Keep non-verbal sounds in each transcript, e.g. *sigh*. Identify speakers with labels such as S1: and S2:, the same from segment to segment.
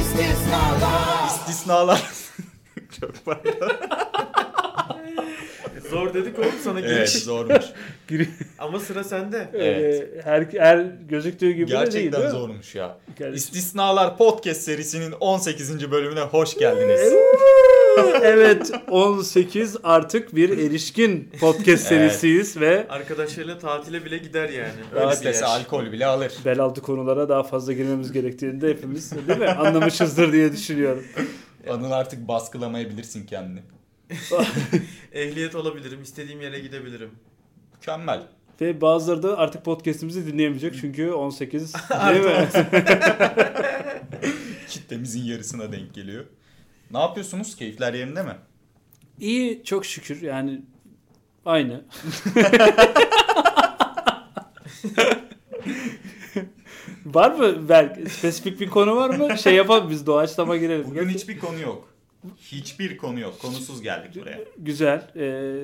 S1: İstisnalar
S2: *laughs*
S3: İstisnalar. Çok pardon.
S4: Zor dedik oğlum sana giriş.
S3: *laughs* Evet
S2: *laughs*
S3: zormuş.
S4: Ama sıra sende.
S3: Evet.
S2: Ee, her, her gözüktüğü gibi de değil
S3: Gerçekten
S2: değil mi?
S3: zormuş ya.
S2: Yani-
S3: İstisnalar Podcast serisinin 18. bölümüne
S2: Ee,
S3: hoş geldiniz.
S2: evet 18 artık bir erişkin podcast serisiyiz ve
S4: Arkadaşlarıyla tatile bile gider yani.
S3: Öyle
S4: Öyle bir
S3: istese
S4: yer.
S3: alkol bile alır.
S2: bel altı konulara daha fazla girmemiz gerektiğini de hepimiz değil mi? anlamışızdır diye düşünüyorum.
S3: Anıl artık baskılamayabilirsin kendini.
S4: Ehliyet alabilirim, istediğim yere gidebilirim.
S3: Mükemmel.
S2: Ve bazıları da artık podcast'imizi dinleyemeyecek çünkü 18 değil mi?
S3: Kitlemizin yarısına denk geliyor. Ne yapıyorsunuz? Keyifler yerinde mi?
S2: İyi çok şükür yani *laughs* aynı. var mı Berk? Spesifik bir konu var mı? Şey yapalım biz doğaçlama girelim.
S3: Bugün hiçbir konu yok. Hiçbir konu yok. Konusuz geldik buraya.
S2: Güzel. ee,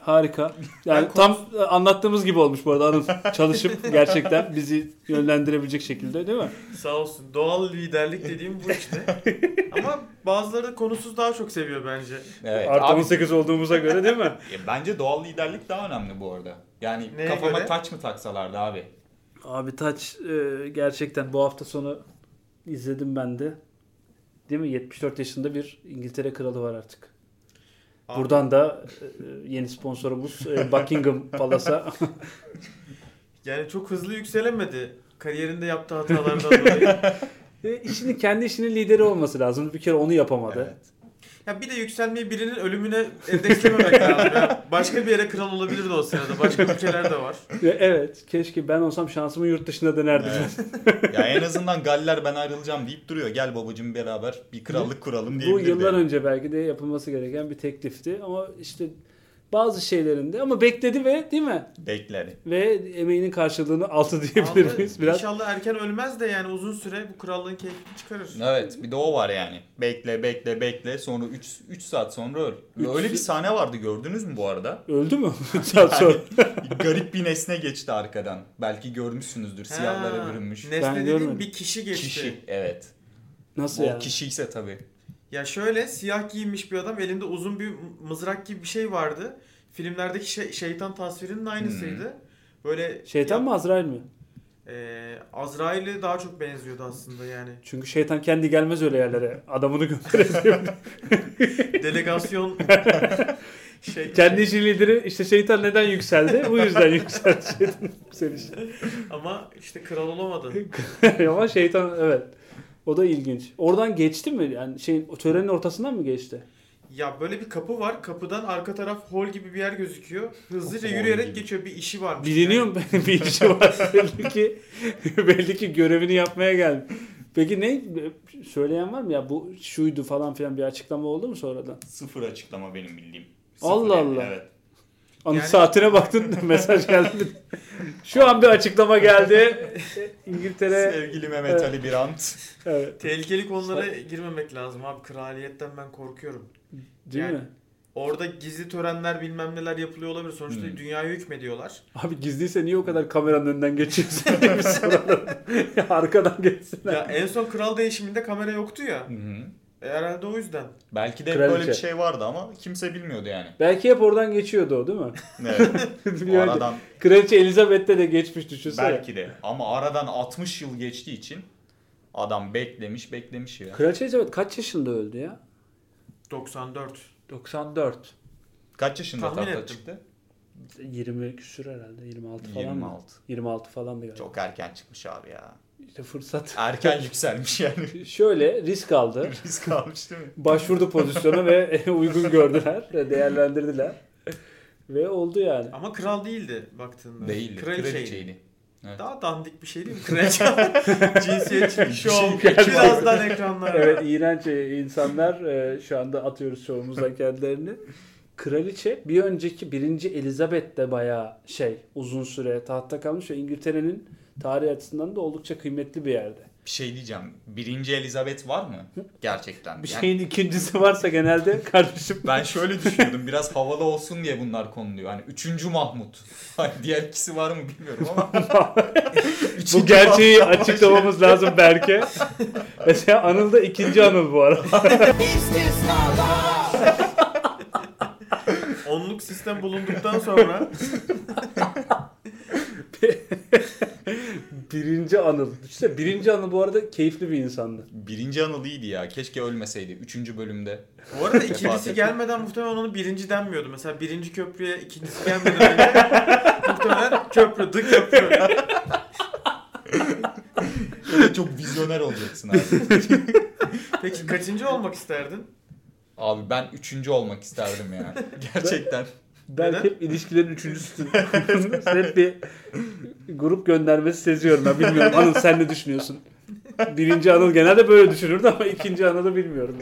S2: harika. Yani
S3: Ben
S2: tam e, anlattığımız gibi olmuş bu arada Anıl. Çalışıp gerçekten bizi yönlendirebilecek şekilde değil mi?
S4: Sağ olsun. Doğal liderlik dediğim bu
S2: *laughs*
S4: işte. Ama bazıları da konusuz daha çok seviyor bence.
S3: Evet.
S2: Artı
S3: abi,
S2: 18 olduğumuza göre değil mi?
S3: ya bence doğal liderlik daha önemli bu arada. Yani
S4: Neye
S3: kafama
S4: göre?
S3: taç mı taksalardı abi?
S2: Abi Taç e, gerçekten bu hafta sonu izledim ben de. Değil mi? 74 yaşında bir İngiltere kralı var artık.
S4: Abi,
S2: Buradan da e, yeni sponsorumuz e, Buckingham Palace'a
S4: Yani çok hızlı yükselemedi. Kariyerinde yaptığı hatalardan dolayı.
S2: e, işini kendi işinin lideri olması lazım. Bir kere onu yapamadı.
S3: Evet.
S4: Ya bir de yükselmeyi birinin ölümüne endekslememek lazım. Ya. Başka bir yere kral olabilirdi o sırada. Başka ülkeler de var.
S2: Ve evet, keşke ben olsam şansımı yurt dışında denerdim.
S3: Evet. ya en azından Galler ben ayrılacağım deyip duruyor. Gel babacığım beraber bir krallık kuralım
S2: *laughs* Bu
S3: diyebilirdi.
S2: yıllar önce belki de yapılması gereken bir teklifti ama işte bazı şeylerinde ama bekledi ve değil mi?
S3: Bekler.
S2: Ve emeğinin karşılığını aldı diyebilir miyiz?
S4: Abi,
S2: Biraz
S4: İnşallah erken ölmez de yani uzun süre bu krallığın keyfini çıkarır.
S3: Evet bir de o var yani. Bekle bekle bekle sonra 3 3 saat sonra öl.
S2: Üç-
S3: Öyle bir sahne vardı gördünüz mü bu arada?
S2: öldü mü? *laughs*
S3: *laughs*
S2: Sen sor.
S3: Garip bir nesne geçti arkadan. Belki görmüşsünüzdür siyahlara
S4: Ha,
S3: bürünmüş.
S4: Nesne
S2: Ben
S4: dediğim
S2: görmedim.
S4: bir kişi geçti.
S3: Kişi evet.
S2: Nasıl
S3: O
S2: ya?
S3: kişi ise tabii.
S4: Ya şöyle siyah giyinmiş bir adam elinde uzun bir mızrak gibi bir şey vardı. Filmlerdeki şey- şeytan
S3: Hmm.
S4: tasvirinin aynısıydı. Böyle
S2: Şeytan
S4: ya-
S2: mı Azrail mi?
S4: Ee, Azrail'e daha çok benziyordu
S3: *laughs*
S4: aslında yani.
S2: Çünkü şeytan kendi gelmez öyle yerlere. Adamını
S3: *laughs*
S2: gönderebiliyor.
S4: Delegasyon şey
S2: kendi işin lideri işte şeytan neden yükseldi? Bu yüzden yükseldi şeytan *laughs* yükselişi.
S4: şey, ama işte kral olamadı.
S2: Ama şeytan evet. O da ilginç. Oradan geçti mi? Yani şey o törenin ortasından mı geçti?
S4: Ya böyle bir kapı var. Kapıdan arka taraf hol gibi bir yer gözüküyor. Hızlıca
S3: Hol
S4: yürüyerek
S3: gibi.
S4: geçiyor. Bir işi varmış.
S2: Biliniyor mu *laughs* bir işi var *laughs* belli ki belli ki görevini yapmaya geldi. Peki ne söyleyen var mı ya bu şuydu falan filan bir açıklama oldu mu sonradan?
S3: Sıfır açıklama benim bildiğim.
S2: Allah
S3: yani,
S2: Allah.
S3: Evet.
S2: Anı
S4: Yani-
S2: saatine baktın *laughs* mesaj geldi. mi? Şu an bir açıklama geldi. İngiltere
S3: Sevgili Mehmet
S2: Evet.
S3: Ali
S2: *laughs*
S3: Birant.
S2: evet,
S4: Tehlikeli konulara girmemek lazım abi. Kraliyetten ben korkuyorum.
S2: değil
S4: Yani-
S2: mi?
S4: Orada gizli törenler bilmem neler yapılıyor olabilir. Sonuçta
S3: Hmm.
S4: dünyaya hükmediyorlar.
S2: Abi gizliyse niye o kadar kameranın önünden geçiyorsun *laughs* diye bir soralım. Arkadan geçsinler.
S4: ya en son kral değişiminde kamera yoktu ya.
S3: Hı hı.
S4: E, Herhalde o yüzden.
S3: Belki de hep
S2: Kraliçe.
S3: böyle bir şey vardı ama kimse bilmiyordu yani.
S2: Belki hep oradan geçiyordu o değil mi?
S3: Evet.
S2: *laughs* Bir
S3: o
S2: önce-
S3: aradan
S2: Kraliçe Elizabeth'te de geçmiş düşünsene.
S3: belki de ama aradan 60 yıl geçtiği için adam beklemiş beklemiş ya.
S2: Kraliçe Elizabeth kaç yaşında öldü ya?
S4: 94.
S2: 94.
S3: Kaç yaşında
S4: Tahmin
S3: tahta
S4: ettim.
S3: çıktı?
S2: 20 küsür herhalde. 26 falan mı?
S3: 26.
S2: 26 falan da galiba.
S3: Çok erken çıkmış abi ya.
S2: İşte fırsat. *laughs*
S3: Erken yükselmiş yani.
S2: Şöyle risk aldı.
S3: Risk almış değil mi?
S2: Başvurdu pozisyona ve *laughs* uygun gördüler. ve Değerlendirdiler. Ve oldu yani.
S4: Ama kral değildi baktığında.
S3: Değildi.
S4: Kraliçeydi.
S3: Kraliçeydi.
S4: Daha dandik bir şey değil mi? Kraliçe. *laughs*
S3: *laughs*
S4: Cinsiyetçi.
S3: şey
S4: Şov.
S2: şey geldi.
S4: Birazdan ekranlara.
S2: Evet iğrenç e, insanlar e, şu anda atıyoruz *laughs* çoğumuzdan kendilerini. Kraliçe bir önceki birinci Elizabeth de bayağı şey uzun süre tahtta kalmış ve İngiltere'nin tarih açısından da oldukça kıymetli bir yerde.
S3: Bir şey diyeceğim. Birinci Elizabeth var mı? Gerçekten.
S2: Bir şey-
S3: Yani
S2: şeyin ikincisi varsa genelde kardeşim
S3: ben şöyle düşünüyordum. Biraz havalı olsun diye bunlar konuluyor. Hani üçüncü Mahmut. *laughs* Hani diğer ikisi var mı bilmiyorum ama.
S2: *laughs* bu
S3: Üçüncü
S2: *laughs* gerçeği
S3: Mahmut-
S2: açıklamamız lazım Berke. Mesela Anıl da ikinci Anıl bu arada.
S4: Onluk sistem bulunduktan sonra
S2: birinci Anıl. İşte birinci Anıl bu arada keyifli bir insandı.
S3: Birinci Anıl iyiydi ya. Keşke ölmeseydi. Üçüncü bölümde.
S4: bu arada
S3: Vefat
S4: ikincisi
S3: etti.
S4: gelmeden muhtemelen onu birinci denmiyordu. Mesela birinci köprüye ikincisi gelmeden önce *laughs* muhtemelen köprü, dı köprü.
S3: Öyle çok vizyoner olacaksın abi.
S2: *laughs*
S4: Peki kaçıncı olmak isterdin?
S3: Abi ben üçüncü olmak isterdim
S2: *laughs*
S3: ya. Gerçekten.
S2: Ben
S4: Neden?
S2: hep
S3: *laughs*
S2: ilişkilerin *laughs* üçüncüsü. hep bir grup göndermesi seziyorum ben bilmiyorum. Anıl sen ne düşünüyorsun? Birinci Anıl genelde böyle düşünürdü ama ikinci Anıl'ı bilmiyorum.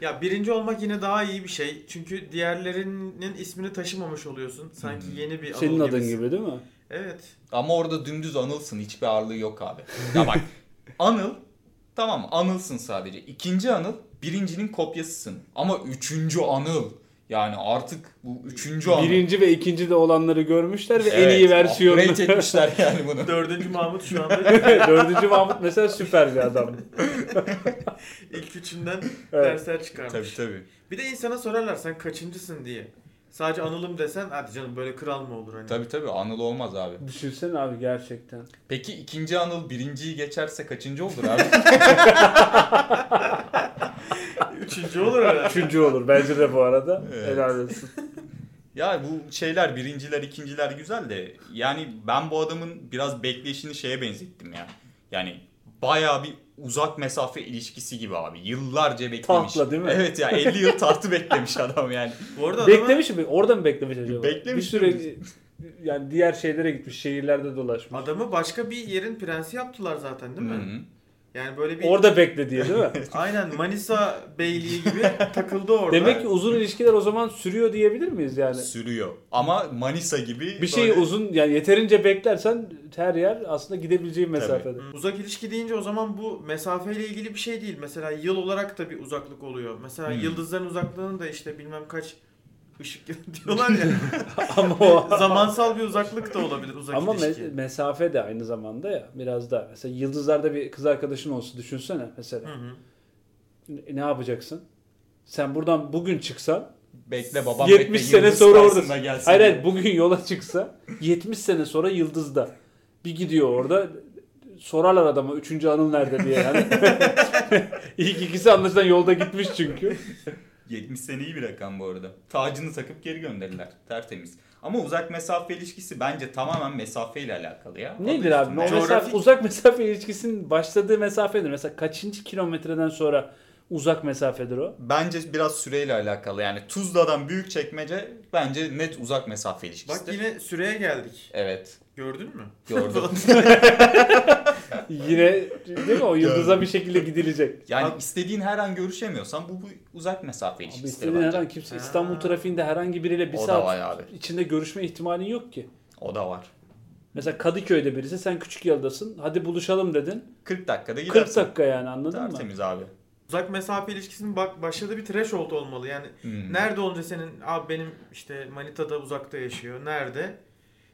S4: Ya birinci olmak yine daha iyi bir şey. Çünkü diğerlerinin ismini taşımamış oluyorsun. Sanki
S3: Hı.
S4: yeni bir
S2: Hmm. Senin
S4: Anıl
S2: adın
S4: gibisin.
S2: gibi değil mi?
S4: Evet.
S3: Ama orada dümdüz anılsın. Hiçbir ağırlığı yok abi. Ya bak anıl tamam anılsın sadece. İkinci anıl birincinin kopyasısın. Ama üçüncü anıl yani artık bu üçüncü anıl.
S2: Birinci ve ikinci de olanları görmüşler ve en
S3: Evet,
S2: iyi versiyonu. *laughs*
S3: Upgrade etmişler yani bunu.
S4: Dördüncü Mahmut şu anda
S2: Dördüncü Mahmut mesela süper bir adam.
S4: ilk üçünden
S2: Evet.
S4: dersler çıkarmış.
S3: tabii tabii.
S4: Bir de insana sorarlar sen kaçıncısın diye. Sadece Anıl'ım desen hadi canım böyle kral mı olur hani.
S3: Tabii tabii anıl olmaz abi.
S2: Düşünsene abi gerçekten.
S3: Peki ikinci anıl birinciyi geçerse kaçıncı olur abi?
S4: Üçüncü
S3: *laughs*
S4: olur herhalde.
S2: Üçüncü olur bence de bu arada.
S3: Evet.
S2: Helal olsun.
S3: Ya bu şeyler birinciler ikinciler güzel de yani ben bu adamın biraz bekleyişini şeye benzettim ya. Yani bayağı bir uzak mesafe ilişkisi gibi abi. Yıllarca beklemiş.
S2: Tahtla değil mi?
S3: Evet ya 50 yıl
S2: *laughs*
S3: tahtı beklemiş adam yani.
S4: Bu arada adama
S2: Beklemiş mi? Orada mı beklemiş acaba?
S3: Beklemiş
S2: Bir süre yani diğer şeylere gitmiş, şehirlerde dolaşmış.
S4: Adamı başka bir yerin prensi yaptılar zaten değil mi?
S3: Hı hı.
S4: Yani böyle bir
S2: Orada bekle diye değil mi?
S4: aynen Manisa Beyliği gibi takıldı orada.
S2: Demek ki uzun ilişkiler o zaman sürüyor diyebilir miyiz yani?
S3: Sürüyor. Ama Manisa gibi
S2: Hani Bir şey şeyi
S3: böyle-
S2: uzun yani yeterince beklersen her yer aslında gidebileceğin mesafede.
S4: uzak ilişki deyince o zaman bu mesafeyle ilgili bir şey değil. Mesela yıl olarak da bir uzaklık oluyor. Mesela
S3: Hmm.
S4: yıldızların uzaklığının da işte bilmem kaç ışık *laughs* yılı diyorlar ya.
S2: Ama o
S4: *laughs* zamansal bir uzaklık da olabilir uzak
S2: ama me-
S4: ilişki.
S2: mesafe de aynı zamanda ya biraz daha. Mesela yıldızlarda bir kız arkadaşın olsun düşünsene
S4: Hı
S2: mesela.
S4: hı.
S2: Ne- Ne yapacaksın? Sen buradan bugün çıksan
S3: bekle babam
S2: 70
S3: bekle,
S2: sene
S3: Yıldız
S2: sonra
S3: karşısına
S2: oradasın.
S3: gelsin
S2: Hayır
S3: diye.
S2: hayır bugün yola çıksa 70 sene sonra Yıldız'da. Bir gidiyor orada sorarlar adama 3. Anıl nerede diye
S3: *laughs*
S2: yani. İlk ikisi anlaşılan yolda gitmiş çünkü.
S3: 70 sene iyi bir rakam bu arada. Tacını takıp geri gönderirler. Tertemiz. Ama uzak mesafe ilişkisi bence tamamen mesafeyle alakalı ya.
S2: Nedir
S3: Adı
S2: abi?
S3: üstünde.
S2: O
S4: Coğrafik-
S2: mesafe- uzak mesafe ilişkisinin başladığı mesafedir. Mesela kaçıncı kilometreden sonra uzak mesafedir o?
S3: Bence biraz süreyle alakalı. Yani Tuzla'dan büyük çekmece bence net uzak mesafe ilişkisi.
S4: Bak yine süreye geldik.
S3: Evet.
S4: Gördün mü?
S2: *laughs*
S3: Gördüm.
S2: Yine değil mi o yıldıza bir şekilde gidilecek.
S3: Yani
S4: Abi-
S3: istediğin her an görüşemiyorsan bu, bu uzak mesafe
S2: Abi
S3: ilişkisidir
S2: istediğin
S3: bence.
S2: herhangi
S4: Ha.
S2: kimse İstanbul trafiğinde herhangi biriyle bir
S3: O da var
S2: saat
S3: abi.
S2: içinde görüşme ihtimalin yok ki.
S3: O da var.
S2: Mesela Kadıköy'de birisi sen küçük yıldasın hadi buluşalım dedin.
S3: 40 dakikada gidersin.
S2: 40 dakika yani anladın mı?
S3: Tertemiz abi.
S4: *laughs* Uzak mesafe ilişkisinin bak başladığı bir threshold olmalı. Yani
S3: Hmm.
S4: nerede olunca senin abi benim işte Manita'da uzakta yaşıyor. Nerede?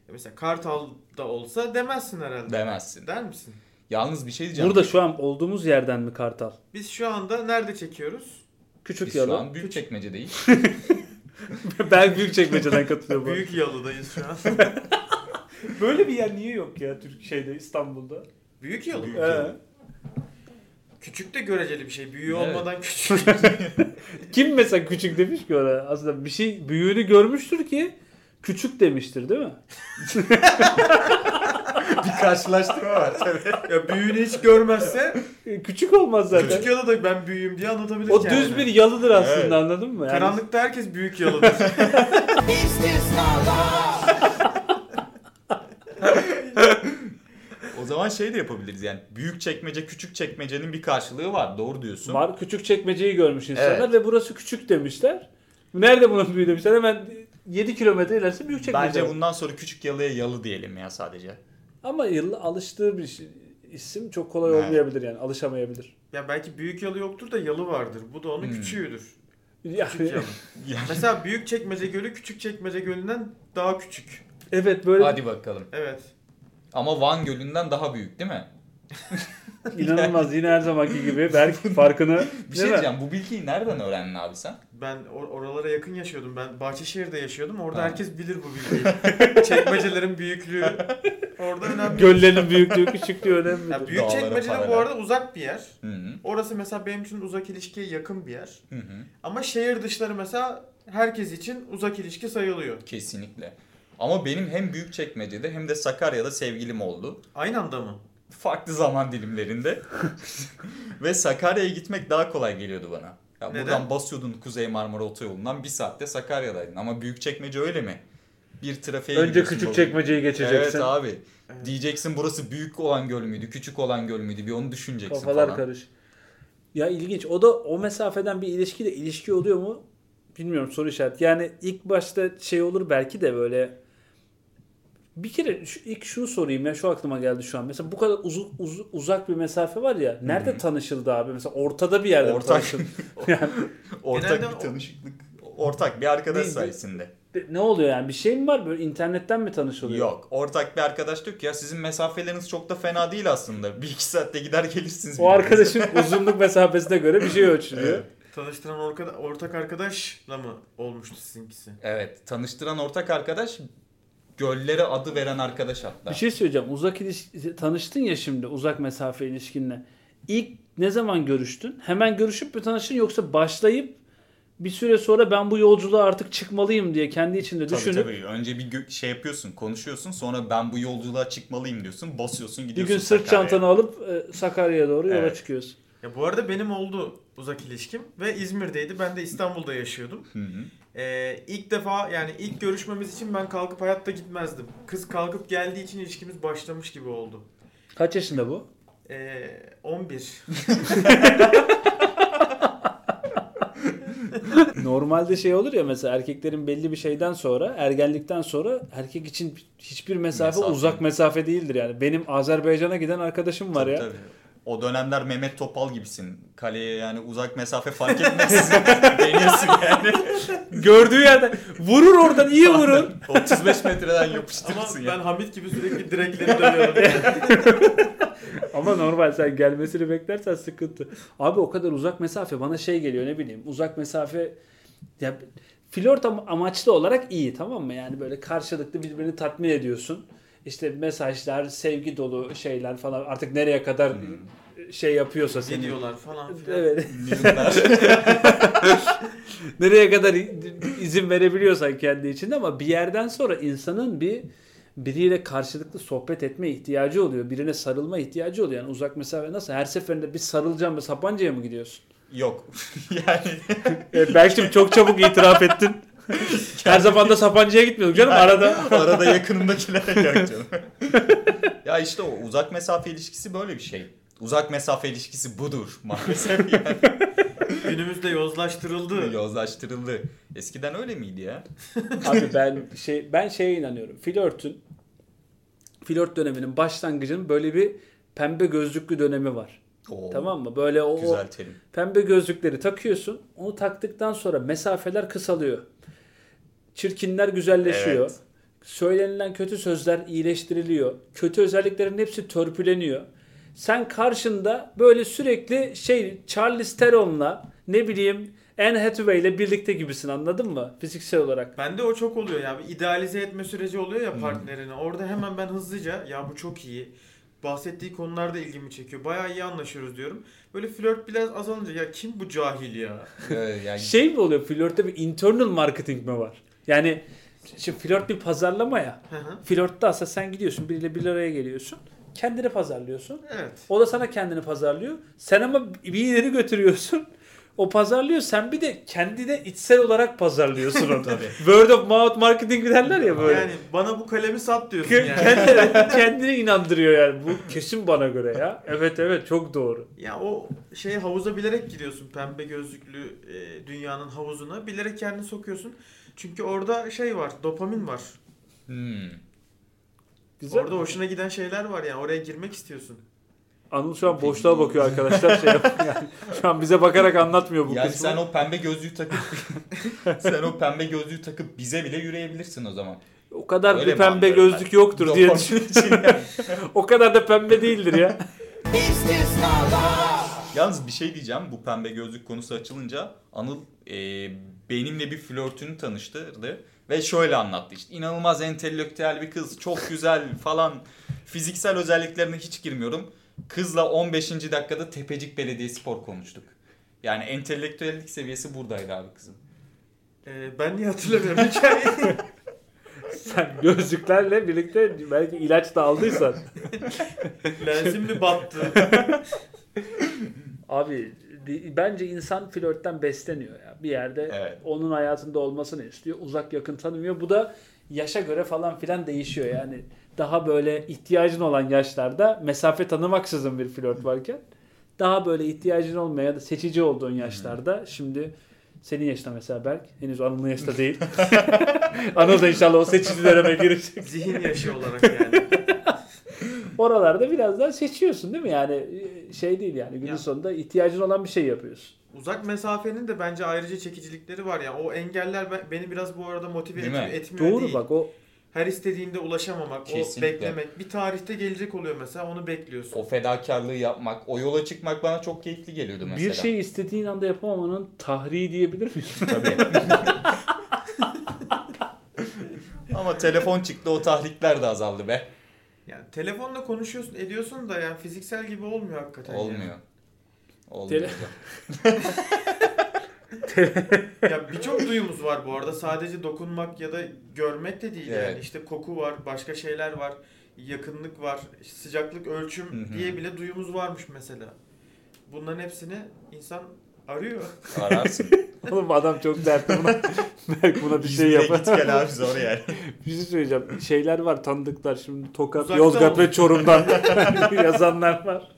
S4: E Mesela Kartal'da olsa demezsin herhalde.
S3: Demezsin.
S4: Der misin?
S3: Yalnız bir şey diyeceğim.
S2: Burada şu an olduğumuz yerden mi Kartal?
S4: Biz şu anda nerede çekiyoruz?
S2: Küçük
S3: Biz şu
S2: yalan.
S3: an büyük çekmecedeyiz.
S2: *laughs* ben büyük çekmeceden katılıyorum.
S4: Büyük Yalı'dayız şu an.
S3: *laughs*
S2: Böyle bir yer niye yok ya Türk şeyde İstanbul'da?
S4: Büyük Yalı.
S3: Büyük.
S4: mı?
S2: Ee,
S4: Küçük de göreceli bir şey. Büyüğü
S3: Evet.
S4: olmadan küçük. *laughs*
S2: kim mesela küçük demiş ki ona? Aslında bir şey büyüğünü görmüştür ki küçük demiştir değil mi?
S3: bir karşılaştırma var.
S4: ya büyüğünü hiç görmezse
S2: E, Küçük olmaz zaten.
S4: küçük Yalı'da ben büyüğüm diye anlatabilir
S2: o
S4: kendini.
S2: düz bir yalıdır aslında
S3: Evet.
S2: anladın mı? Yani
S4: Karanlıkta herkes büyük yalıdır.
S3: *laughs* O zaman şey de yapabiliriz yani. Büyük çekmece küçük çekmecenin bir karşılığı var. Doğru diyorsun.
S2: Var küçük çekmeceyi görmüş insanlar
S3: Evet.
S2: ve burası küçük demişler. Nerede bunun büyüğü demişler hemen 7 kilometre ilerisi büyük çekmece.
S3: Bence
S2: var.
S3: bundan sonra küçük yalıya yalı diyelim ya sadece.
S2: Ama yıl alıştığı bir şey. isim çok kolay
S3: Evet.
S2: olmayabilir yani alışamayabilir.
S4: Ya belki büyük yalı yoktur da yalı vardır. Bu da onun
S3: Hmm.
S4: küçüğüdür.
S2: Yani,
S3: *laughs*
S4: Küçük yalı.
S3: Yani-
S4: Mesela büyük çekmece gölü küçük çekmece gölünden daha küçük.
S2: *laughs* evet böyle
S3: Hadi bakalım.
S4: Evet.
S3: Ama Van Gölü'nden daha büyük değil mi?
S2: *laughs* inanılmaz yine her zamanki gibi Berk farkını
S3: *laughs* Bir şey
S2: değil mi?
S3: diyeceğim. Bu bilgiyi nereden öğrendin abi sen?
S4: Ben or- oralara yakın yaşıyordum. Ben Bahçeşehir'de yaşıyordum. Orada
S3: Ha.
S4: herkes bilir bu bilgiyi. Çekmecelerin büyüklüğü. Orada önemli.
S2: Göllerin büyüklüğü küçüklüğü önemli.
S4: Ya büyük
S3: Dağlara
S4: çekmece bu
S3: paralel.
S4: arada uzak bir yer.
S3: Hı hı.
S4: Orası mesela benim için uzak ilişkiye yakın bir yer.
S3: Hı hı.
S4: Ama şehir dışları mesela herkes için uzak ilişki sayılıyor.
S3: Kesinlikle. Ama benim hem Büyükçekmece'de hem de Sakarya'da sevgilim oldu.
S4: Aynı anda mı?
S3: Farklı zaman dilimlerinde. Ve Sakarya'ya gitmek daha kolay geliyordu bana. Ya
S4: Neden?
S3: buradan basıyordun Kuzey Marmara Otoyolu'ndan bir saatte Sakarya'daydın. Ama Büyükçekmece öyle mi? Bir trafiğe
S2: Önce
S3: giriyorsun
S2: küçük
S3: doğru.
S2: çekmeceyi geçeceksin.
S3: Evet abi.
S4: Evet.
S3: Diyeceksin burası büyük olan göl müydü, küçük olan göl müydü bir onu düşüneceksin
S2: Kafalar
S3: falan.
S2: karış. Ya ilginç. O da o mesafeden bir ilişkiyle ilişki oluyor mu? Bilmiyorum soru işareti. Yani ilk başta şey olur belki de böyle bir kere şu, ilk şunu sorayım ya şu aklıma geldi şu an. Mesela bu kadar uzun, uz- uzak bir mesafe var ya. Nerede tanışıldı abi? Mesela ortada bir yerde mi
S3: Ortak. *laughs*
S2: tanışıldı. yani
S3: Ortak
S4: Genelde
S3: bir
S4: o-
S3: tanışıklık, ortak bir arkadaş
S2: Neydi?
S3: sayesinde.
S2: de- ne oluyor yani? Bir şey mi var? Böyle internetten mi tanışılıyor?
S3: Yok. Ortak bir arkadaş diyor ki ya sizin mesafeleriniz çok da fena değil aslında. Bir iki saatte gider gelirsiniz.
S2: O
S3: birbirinize."
S2: arkadaşın uzunluk mesafesine göre bir şey ölçülüyor.
S3: Evet.
S4: Tanıştıran orka- ortak arkadaşla mı olmuştu sizinkisi?
S3: Evet. Tanıştıran ortak arkadaş göllere adı veren arkadaş hatta.
S2: Bir şey söyleyeceğim. Uzak ilişki tanıştın ya şimdi uzak mesafe ilişkinle. İlk ne zaman görüştün? Hemen görüşüp bir tanıştın yoksa başlayıp bir süre sonra ben bu yolculuğa artık çıkmalıyım diye kendi içinde
S3: Tabii
S2: düşünüp
S3: tabii. Önce bir gö- şey yapıyorsun, konuşuyorsun. Sonra ben bu yolculuğa çıkmalıyım diyorsun. Basıyorsun
S2: bir
S3: gidiyorsun.
S2: gün sırt
S3: Sakarya'ya.
S2: çantanı alıp e, Sakarya'ya doğru yola
S3: Evet.
S2: çıkıyorsun.
S4: Ya bu arada benim oldu uzak ilişkim ve İzmir'deydi. Ben de İstanbul'da yaşıyordum.
S3: Hı hı.
S4: Ee, ilk defa yani ilk görüşmemiz için ben kalkıp hayatta gitmezdim. Kız kalkıp geldiği için ilişkimiz başlamış gibi oldu.
S2: Kaç yaşında bu?
S4: Ee, 11.
S2: Normalde şey olur ya mesela erkeklerin belli bir şeyden sonra ergenlikten sonra erkek için hiçbir mesafe,
S3: Mesafe.
S2: uzak mesafe değildir yani. Benim Azerbaycan'a giden arkadaşım var
S3: Tabii,
S2: ya.
S3: tabii. O dönemler Mehmet Topal gibisin. Kaleye yani uzak mesafe fark
S2: *laughs*
S3: etmez. Deniyorsun yani.
S2: Gördüğü yerden vurur
S3: *laughs*
S2: oradan iyi vurur.
S3: 35 metreden
S4: Ama
S3: yapıştırırsın
S4: ben
S3: ya.
S4: Hamit gibi sürekli direkleri dövüyordum.
S2: Ama normal sen gelmesini beklersen sıkıntı. Abi o kadar uzak mesafe bana şey geliyor ne bileyim uzak mesafe ya flört ama- amaçlı olarak iyi tamam mı? Yani böyle karşılıklı birbirini tatmin ediyorsun. İşte mesajlar, sevgi dolu şeyler falan artık nereye kadar şey yapıyorsa seni.
S4: Gidiyorlar falan filan.
S2: Evet.
S3: Nilüfer.
S2: *laughs* nereye kadar izin verebiliyorsan kendi içinde ama bir yerden sonra insanın bir biriyle karşılıklı sohbet etme ihtiyacı oluyor. Birine sarılma ihtiyacı oluyor. Yani uzak mesafe nasıl? Her seferinde bir sarılacağım ve Sapanca'ya mı gidiyorsun?
S3: Yok. *laughs* yani
S2: E, belki şimdi çok çabuk itiraf ettin. Her zaman da Sapanca'ya gitmiyorduk canım arada.
S3: arada yakınımdakilere yok canım. *laughs* ya işte o uzak mesafe ilişkisi böyle bir şey. Uzak mesafe ilişkisi budur maalesef.
S2: *laughs*
S3: Yani
S4: Günümüzde yozlaştırıldı.
S3: yozlaştırıldı. Eskiden öyle miydi ya?
S2: Abi ben şey ben şeye inanıyorum. Flörtün flört döneminin başlangıcının böyle bir pembe gözlüklü dönemi var.
S3: Oo,
S2: Tamam mı? Böyle o, o
S3: Güzel terim.
S2: Pembe gözlükleri takıyorsun. Onu taktıktan sonra mesafeler kısalıyor. Çirkinler güzelleşiyor.
S3: Evet.
S2: Söylenilen kötü sözler iyileştiriliyor. Kötü özelliklerin hepsi törpüleniyor. Sen karşında böyle sürekli şey Charles Theron'la ne bileyim Anne Hathaway'le birlikte gibisin anladın mı? Fiziksel olarak.
S4: Bende o çok oluyor ya. Bir idealize etme süreci oluyor
S2: Hmm.
S4: ya partnerini. Orada hemen ben hızlıca ya bu çok iyi. Bahsettiği konularda ilgimi çekiyor. Bayağı iyi anlaşıyoruz diyorum. Böyle flört biraz azalınca ya kim bu cahil ya?
S3: Ee, yani
S2: Şey mi oluyor flörtte bir internal marketing mi var? Yani şimdi flört bir pazarlama ya.
S4: Hı hı.
S2: Flörtte aslında sen gidiyorsun biriyle bir araya geliyorsun. Kendini pazarlıyorsun.
S4: evet.
S2: O da sana kendini pazarlıyor. Sen ama bir ileri götürüyorsun. O pazarlıyor. Sen bir de kendine içsel olarak pazarlıyorsun
S3: *laughs*
S2: onu.
S3: Tabii.
S2: Word of mouth marketing derler ya böyle.
S4: Yani bana bu kalemi sat diyorsun
S2: Ke-
S4: yani.
S2: kendine, kendine inandırıyor yani. Bu kesin bana göre ya. Evet evet çok doğru.
S4: ya o şey havuza bilerek giriyorsun pembe gözlüklü e, dünyanın havuzuna. Bilerek kendini sokuyorsun. Çünkü orada şey var, dopamin var.
S3: Hmm.
S2: Güzel.
S4: Orada hoşuna giden şeyler var yani. Oraya girmek istiyorsun.
S2: Anıl şu an boşluğa bakıyor arkadaşlar. Şey yap-
S3: *laughs*
S2: yani şu an bize bakarak anlatmıyor bu
S3: Yani
S2: kısmı.
S3: sen o pembe gözlüğü takıp *laughs* sen o pembe gözlüğü takıp bize bile yürüyebilirsin o zaman.
S2: O kadar
S3: Öyle
S2: bir
S3: mi
S2: pembe
S3: anlıyorum
S2: gözlük yoktur diye
S3: Doğru.
S2: düşün. O kadar da pembe değildir ya. *laughs*
S3: Yalnız bir şey diyeceğim bu pembe gözlük konusu açılınca Anıl e, benimle bir flörtünü tanıştırdı ve şöyle anlattı işte inanılmaz entelektüel bir kız çok güzel *laughs* falan fiziksel özelliklerine hiç girmiyorum. Kızla 15. dakikada Tepecik Belediyespor konuştuk. Yani entelektüellik seviyesi buradaydı abi kızım.
S4: Ee, ben niye hatırlamıyorum
S2: *laughs*
S4: hikayeyi?
S2: Sen gözlüklerle birlikte belki ilaç da aldıysan.
S4: Lensim mi battı?
S2: Abi di- bence insan flörtten besleniyor ya. Bir yerde
S3: Evet.
S2: onun hayatında olmasını istiyor. Uzak yakın tanımıyor. Bu da yaşa göre falan filan değişiyor yani. Daha böyle ihtiyacın olan yaşlarda mesafe tanımaksızın bir flört varken daha böyle ihtiyacın olmayan ya da seçici olduğun yaşlarda
S4: Hmm.
S2: şimdi senin yaşta mesela Berk henüz Anıl'ın yaşta değil. *laughs* Anıl da inşallah o seçici döneme
S4: *laughs*
S2: girecek.
S4: Zihin yaşı olarak yani.
S2: Oralarda biraz daha seçiyorsun değil mi? Yani e, şey değil yani günün
S4: Ya.
S2: sonunda ihtiyacın olan bir şey yapıyorsun.
S4: Uzak mesafenin de bence ayrıca çekicilikleri var ya. O engeller be- beni biraz bu arada motive
S3: Değil mi?
S4: etmiyor, etmiyor
S2: Doğru
S4: değil.
S2: bak o
S4: Her istediğinde ulaşamamak,
S3: Kesinlikle.
S4: o beklemek. Bir tarihte gelecek oluyor mesela onu bekliyorsun.
S3: O fedakarlığı yapmak, o yola çıkmak bana çok keyifli geliyordu mesela.
S2: bir şey istediğin anda yapamamanın tahriği diyebilir *laughs* miyiz?
S3: Tabii. Ama telefon çıktı o tahrikler de azaldı be.
S4: Yani telefonla konuşuyorsun, ediyorsun da yani fiziksel gibi olmuyor hakikaten.
S3: Olmuyor. Olmuyor.
S2: Tele-
S4: Ya, ya birçok duyumuz var bu arada. Sadece dokunmak ya da görmek de değil yani.
S3: Evet.
S4: İşte koku var, başka şeyler var, yakınlık var, sıcaklık ölçüm
S3: Hı hı.
S4: diye bile duyumuz varmış mesela. Bunların hepsini insan arıyor.
S3: Ararsın.
S2: Oğlum adam çok dertli *laughs* buna. Belki buna bir şey
S3: Şey
S2: yapar.
S3: git gel abi
S2: *laughs*
S3: zor yani.
S2: Bir şey söyleyeceğim. Şeyler var tanıdıklar şimdi Tokat,
S4: Uzakta
S2: Yozgat
S4: oldu.
S2: ve *laughs* Çorum'dan yazanlar var.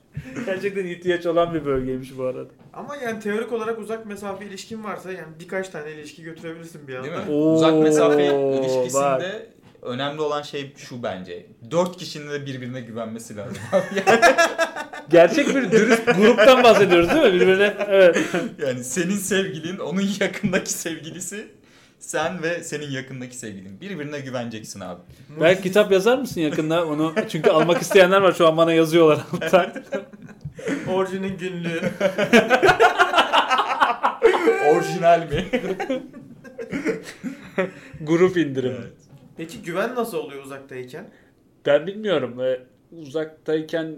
S2: Gerçekten ihtiyaç olan bir bölgeymiş bu arada.
S4: Ama yani teorik olarak uzak mesafe ilişkin varsa yani birkaç tane ilişki götürebilirsin bir anda.
S3: Değil mi?
S2: Oo,
S3: Uzak mesafe
S2: bak.
S3: ilişkisinde önemli olan şey şu bence. Dört kişinin de birbirine güvenmesi lazım. *laughs*
S2: Gerçek bir dürüst gruptan bahsediyoruz değil mi birbirine? Evet. *laughs*
S3: yani senin sevgilin, onun yakındaki sevgilisi, sen ve senin yakındaki sevgilin. Birbirine güveneceksin abi.
S2: Belki kitap yazar mısın yakında onu? Çünkü almak isteyenler var şu an bana yazıyorlar altta.
S3: *laughs*
S4: Orjinin günlüğü.
S3: Orijinal mi?
S2: *laughs* *laughs* Grup indirimi.
S3: Evet.
S4: Peki güven nasıl oluyor uzaktayken?
S2: Ben bilmiyorum. Ee, Uzaktayken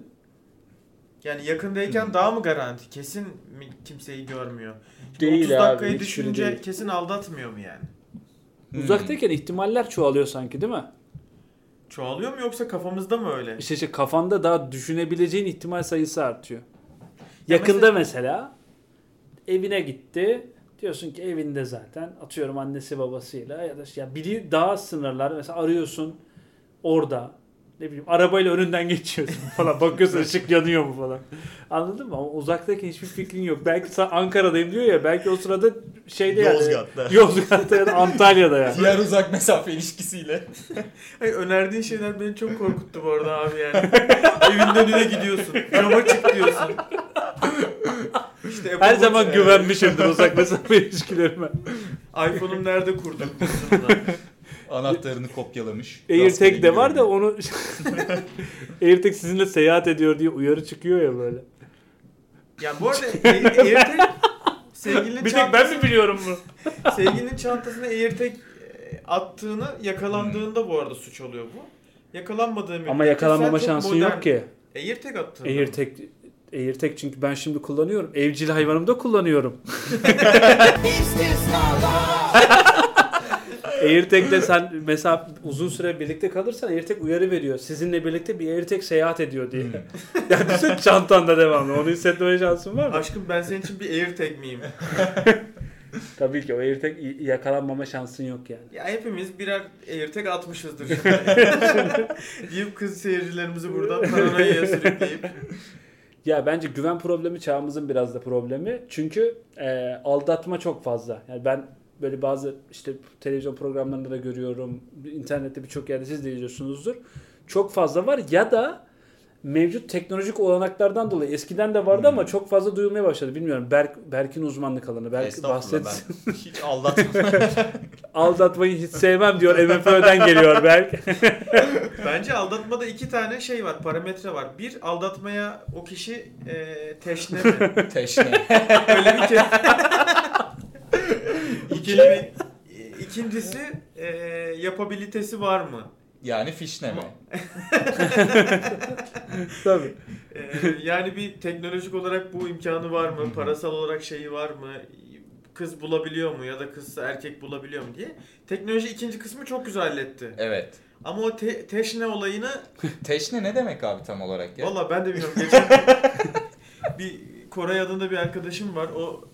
S4: Yani yakındayken daha mı garanti? Kesin mi kimseyi görmüyor?
S2: değil
S4: 30
S2: abi.
S4: dakikayı
S2: hiçbiri
S4: düşünce
S2: değil.
S4: kesin aldatmıyor mu yani?
S3: Hmm.
S2: Uzaktayken ihtimaller çoğalıyor sanki değil mi?
S4: Çoğalıyor mu yoksa kafamızda mı öyle?
S2: İşte, işte kafanda daha düşünebileceğin ihtimal sayısı artıyor.
S4: Ya
S2: Yakında mesela, evine gitti. Diyorsun ki evinde zaten atıyorum annesi babasıyla ya da işte- ya biri daha sınırlar mesela arıyorsun orada ne bileyim arabayla önünden geçiyorsun *laughs* falan bakıyorsun ışık yanıyor mu falan. Anladın mı? Ama uzaktayken hiçbir fikrin yok. Belki sen Ankara'dayım diyor ya belki o sırada şeyde yani-
S3: Yozgat'ta.
S2: Yozgat'ta ya da Antalya'da yani.
S3: Diğer uzak mesafe ilişkisiyle.
S4: Ay, önerdiğin şeyler beni çok korkuttu bu arada abi yani. *laughs* Evin önüne gidiyorsun. Cama çık diyorsun. İşte Apple
S2: Her
S4: Watch
S2: zaman
S4: yani.
S2: güvenmişimdir uzak *laughs* mesafe ilişkilerime.
S4: iPhone'um nerede *laughs* kurdum? diyorsun da.
S3: Anahtarını kopyalamış.
S2: AirTag
S3: Rastgele
S2: de var da
S3: gidiyor.
S2: *laughs* onu AirTag sizinle seyahat ediyor diye uyarı çıkıyor ya böyle.
S4: Ya bu arada Air- AirTag sevgilinin,
S2: Bir tek
S4: çanta-
S2: ben mi biliyorum bunu?
S4: sevgilinin çantasına AirTag e, attığını yakalandığında bu arada suç oluyor bu. Yakalanmadığı
S2: Ama
S4: müddetçe sen
S2: yakalanmama
S4: çok
S2: şansın
S4: modern-
S2: yok ki.
S4: AirTag attığında. mı?
S2: AirTag AirTag çünkü ben şimdi kullanıyorum. Evcil hayvanımda kullanıyorum. AirTag'de sen mesela uzun süre birlikte kalırsan AirTag uyarı veriyor. Sizinle birlikte bir AirTag seyahat ediyor
S3: Hmm.
S2: *laughs* diye. yani düşün çantanda devamlı. Onu hissetmeye şansın var mı?
S4: Aşkım ben senin için bir AirTag miyim?
S2: Tabii ki o AirTag y- yakalanmama şansın yok yani.
S4: Ya hepimiz birer AirTag atmışızdır şimdi. Deyip kız seyircilerimizi buradan paranoyaya sürükleyip.
S2: Ya bence güven problemi çağımızın biraz da problemi. Çünkü e, aldatma çok fazla. Yani ben böyle bazı işte televizyon programlarında da görüyorum. İnternette birçok yerde siz de izliyorsunuzdur. Çok fazla var ya da mevcut teknolojik olanaklardan dolayı eskiden de vardı ama çok fazla duyulmaya başladı. Bilmiyorum Berk Berk'in uzmanlık alanı. Berk
S3: Estağfurullah
S2: bahset.
S3: ben hiç
S2: *laughs*
S3: aldatmam.
S2: Aldatmayı hiç sevmem diyor. MFÖ'den geliyor Berk.
S4: Bence aldatmada iki tane şey var, parametre var. Bir, aldatmaya o kişi e, teşne
S3: *laughs*
S4: mi?
S3: Teşne.
S4: Öyle bir kelime. İkinci, e, ikincisi, e, yapabilitesi var mı?
S3: Yani fişne mi?
S2: *laughs* Tabii.
S4: E, yani bir teknolojik olarak bu imkanı var mı? Parasal olarak şeyi var mı? Kız bulabiliyor mu ya da kızsa erkek bulabiliyor mu diye. Teknoloji ikinci kısmı çok güzel halletti.
S3: Evet.
S4: Ama o te- teşne olayını
S3: Teşne ne demek abi tam olarak ya?
S4: Valla ben de bilmiyorum.
S2: *laughs*
S4: Geçen bir Koray adında bir arkadaşım var. O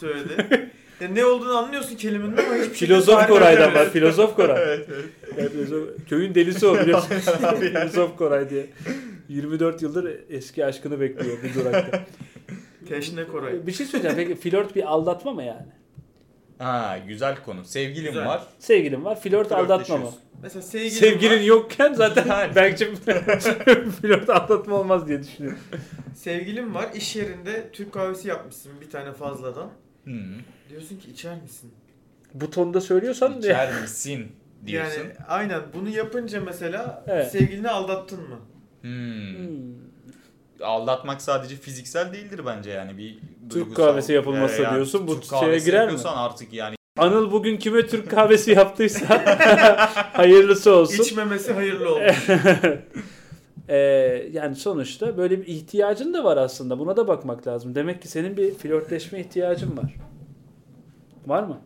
S4: söyledi. Ya ne olduğunu anlıyorsun kelimenin ama hiçbir şekilde
S2: Filozof
S4: tarif
S2: Koray'dan var.
S4: edemiyorsun.
S2: Filozof Koray.
S3: evet, evet.
S2: Ya filozof- köyün
S3: *laughs*
S2: delisi o biliyorsun. filozof Koray diye. 24 yıldır eski aşkını bekliyor bir durakta.
S4: Teşne Koray.
S2: bir şey söyleyeceğim. Peki flört bir aldatma mı yani?
S3: Ha güzel konu. Sevgilim
S4: Güzel.
S3: var.
S2: Sevgilim var. Flört aldatma mı?
S3: flörtleşiyoruz.
S4: Mesela sevgilin,
S2: Sevgilin
S4: var.
S2: yokken zaten
S3: Yani.
S2: Berk'cim *laughs* flört aldatma olmaz diye düşünüyorum.
S4: Sevgilin var. İş yerinde Türk kahvesi yapmışsın bir tane fazladan.
S3: Hmm.
S4: Diyorsun ki içer misin?
S2: Bu tonda söylüyorsan ne?
S3: İçer
S4: *laughs*
S3: misin diyorsun.
S4: Yani aynen bunu yapınca mesela
S2: Evet.
S4: sevgilini aldattın mı?
S3: Hmm.
S2: Hmm.
S3: Aldatmak sadece fiziksel değildir bence yani bir
S2: Türk
S3: duygusal-
S2: kahvesi yapılması
S3: Yani
S2: diyorsun. Bu
S3: Türk
S2: şeye
S3: kahvesi
S2: girer mi?
S3: yapıyorsan artık yani
S2: Anıl bugün kime Türk kahvesi yaptıysa *laughs* hayırlısı olsun.
S4: İçmemesi hayırlı olmuş.
S2: *laughs* Ee, yani sonuçta böyle bir ihtiyacın da var aslında. Buna da bakmak lazım. Demek ki senin bir flörtleşme ihtiyacın var. Var mı?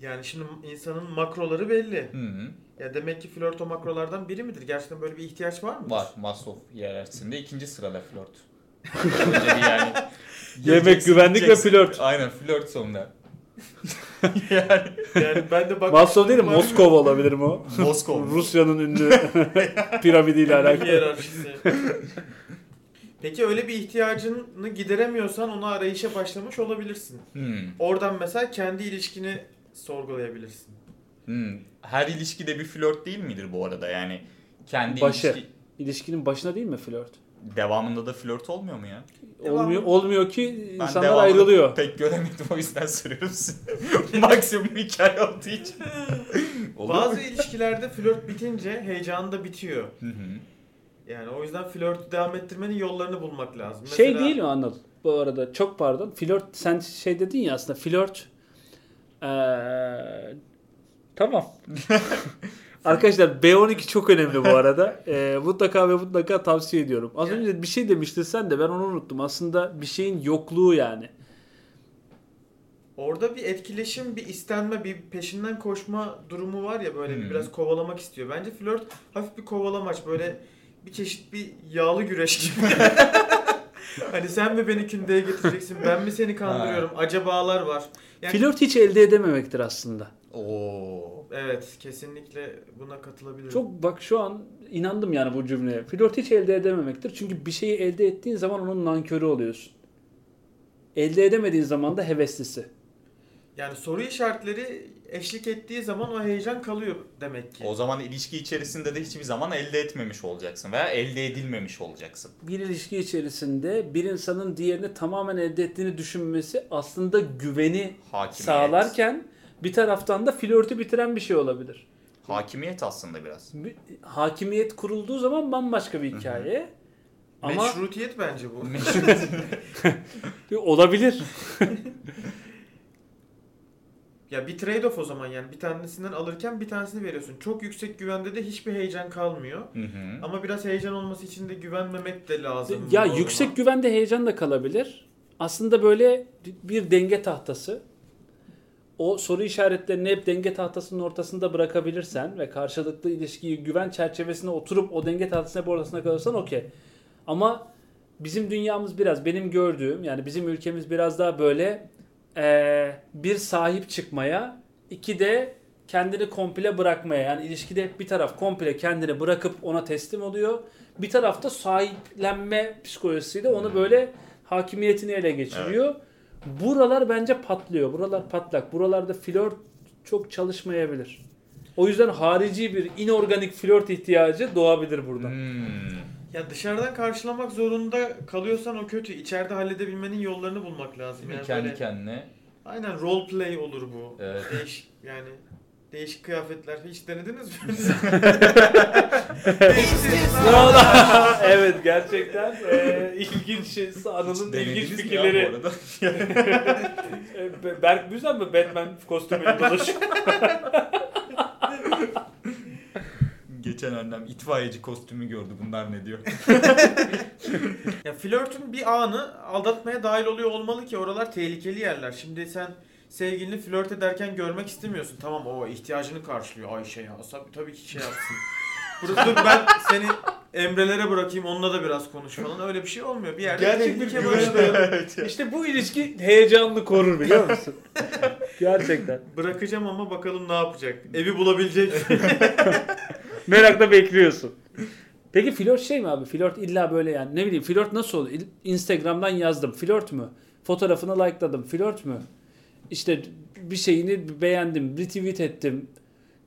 S4: Yani şimdi insanın makroları belli.
S3: Hı hı.
S4: Ya demek ki flört o makrolardan biri midir? Gerçekten böyle bir ihtiyaç var mı?
S3: Var. Maslow hiyerarşisinde ikinci sırada flört. Önce bir yani.
S2: *laughs* Yemek, güvenlik ve
S3: yiyeceksin.
S2: flört.
S3: Aynen flört sonunda. *laughs* yani
S4: Yani ben
S2: *laughs*
S4: de bak
S2: Maslow değil de Moskova olabilir mi o?
S3: Moskova.
S2: *laughs*
S4: *laughs*
S2: Rusya'nın ünlü piramidiyle alakalı.
S4: hiyerarşisi. Peki öyle bir ihtiyacını gideremiyorsan onu arayışa başlamış olabilirsin.
S3: Hmm.
S4: Oradan mesela kendi ilişkini sorgulayabilirsin.
S3: Hmm. Her ilişkide bir flört değil midir bu arada? Yani kendi
S2: Başı.
S3: ilişki
S2: İlişkinin başına değil mi flört?
S3: devamında da flört olmuyor mu ya?
S4: Devam.
S2: Olmuyor, olmuyor ki
S3: Ben
S2: insanlar
S3: devamını
S2: ayrılıyor.
S3: Pek göremedim o yüzden *laughs* soruyorum size. Maksimum hikaye olduğu için. Oluyor mu?
S4: Bazı ilişkilerde flört bitince heyecanı da bitiyor.
S3: Hı hı.
S4: Yani o yüzden flörtü devam ettirmenin yollarını bulmak lazım.
S2: Şey
S4: Mesela-
S2: değil mi Anıl? Bu arada çok pardon. Flört sen şey dedin ya aslında flört eee,
S4: *laughs*
S2: tamam. Arkadaşlar B12 çok önemli bu
S4: *laughs*
S2: arada. Eee, mutlaka ve mutlaka tavsiye ediyorum. Az önce bir şey demiştin sen de ben onu unuttum. Aslında bir şeyin yokluğu yani.
S4: Orada bir etkileşim, bir istenme, bir peşinden koşma durumu var ya böyle
S3: Hı.
S4: bir biraz kovalamak istiyor. Bence flört hafif bir kovalamaç böyle bir çeşit bir yağlı güreş
S3: *laughs*
S4: gibi. hani sen mi beni kündeye getireceksin, ben mi seni kandırıyorum, acabalar var. Yani,
S2: Flört hiç elde edememektir aslında.
S3: Oo.
S4: evet kesinlikle buna katılabilirim.
S2: Çok bak şu an inandım yani bu cümleye. Flört hiç elde edememektir. Çünkü bir şeyi elde ettiğin zaman onun nankörü oluyorsun. Elde edemediğin zaman da heveslisi.
S4: Yani soru işaretleri eşlik ettiği zaman o heyecan kalıyor demek ki.
S3: O zaman ilişki içerisinde de hiçbir zaman elde etmemiş olacaksın veya elde edilmemiş olacaksın.
S2: bir ilişki içerisinde bir insanın diğerini tamamen elde ettiğini düşünmesi aslında güveni
S3: Hakimiyet.
S2: sağlarken bir taraftan da flörtü bitiren bir şey olabilir.
S3: Hakimiyet aslında
S2: *laughs*
S3: biraz.
S2: Bir- Hakimiyet kurulduğu zaman bambaşka bir hikaye. Ama
S4: Meşrutiyet bence bu.
S2: olabilir.
S4: Ya bir trade-off o zaman yani bir tanesinden alırken bir tanesini veriyorsun. Çok yüksek güvende de hiçbir heyecan kalmıyor.
S3: Hı hı.
S4: Ama biraz heyecan olması için de güvenmemek de lazım.
S2: ya
S4: O zaman.
S2: yüksek güvende heyecan da kalabilir. Aslında böyle bir denge tahtası. O soru işaretlerini hep denge tahtasının ortasında bırakabilirsen ve karşılıklı ilişkiyi güven çerçevesine oturup o denge tahtasının hep ortasına kalırsan okey. Ama bizim dünyamız biraz benim gördüğüm yani bizim ülkemiz biraz daha böyle eee, bir sahip çıkmaya iki de kendini komple bırakmaya yani ilişkide hep bir taraf komple kendini bırakıp ona teslim oluyor. Bir tarafta sahiplenme psikolojisiyle onu böyle hakimiyetini ele geçiriyor. Buralar bence patlıyor. Buralar patlak. Buralarda flört çok çalışmayabilir. O yüzden harici bir inorganik flört ihtiyacı doğabilir burada.
S3: Hmm.
S4: Ya dışarıdan karşılamak zorunda kalıyorsan o kötü. İçeride halledebilmenin yollarını bulmak lazım.
S3: Değil mi?
S4: Yani
S3: Kendi
S4: böyle-
S3: kendine.
S4: Aynen role play olur bu.
S3: Evet.
S4: Değiş yani değişik kıyafetler hiç denediniz mi? Değişik-
S2: *laughs* evet gerçekten e, ilginç şey, Anıl'ın ilginç
S3: Denediniz mi ya
S2: fikirleri.
S3: bu arada? *laughs*
S2: E, Be- Berk bu yüzden mi Batman
S3: *laughs*
S2: kostümüyle dolaşıyor?
S3: Geçen annem itfaiyeci kostümü gördü bunlar ne diyor.
S4: Ya flörtün bir anı aldatmaya dahil oluyor olmalı ki oralar tehlikeli yerler. Şimdi sen sevgilini flört ederken görmek istemiyorsun. Tamam o ihtiyacını karşılıyor Ayşe ya. Tabii, tabii ki şey yapsın. Burası dur ben seni Emre'lere bırakayım onunla da biraz konuş falan. Öyle bir şey olmuyor. Bir yerde
S2: Gerçek bir
S4: tehlike
S2: güven
S4: başlıyor.
S3: evet ya.
S2: işte bu ilişki heyecanını korur biliyor musun? gerçekten.
S4: Bırakacağım ama bakalım ne yapacak. Evi bulabilecek.
S2: Merakla bekliyorsun. Peki flört şey mi abi? Flört illa böyle yani ne bileyim flört nasıl olur? İl- Instagram'dan yazdım. Flört mü? Fotoğrafını likeladım. Flört mü? İşte bir şeyini beğendim. Retweet ettim.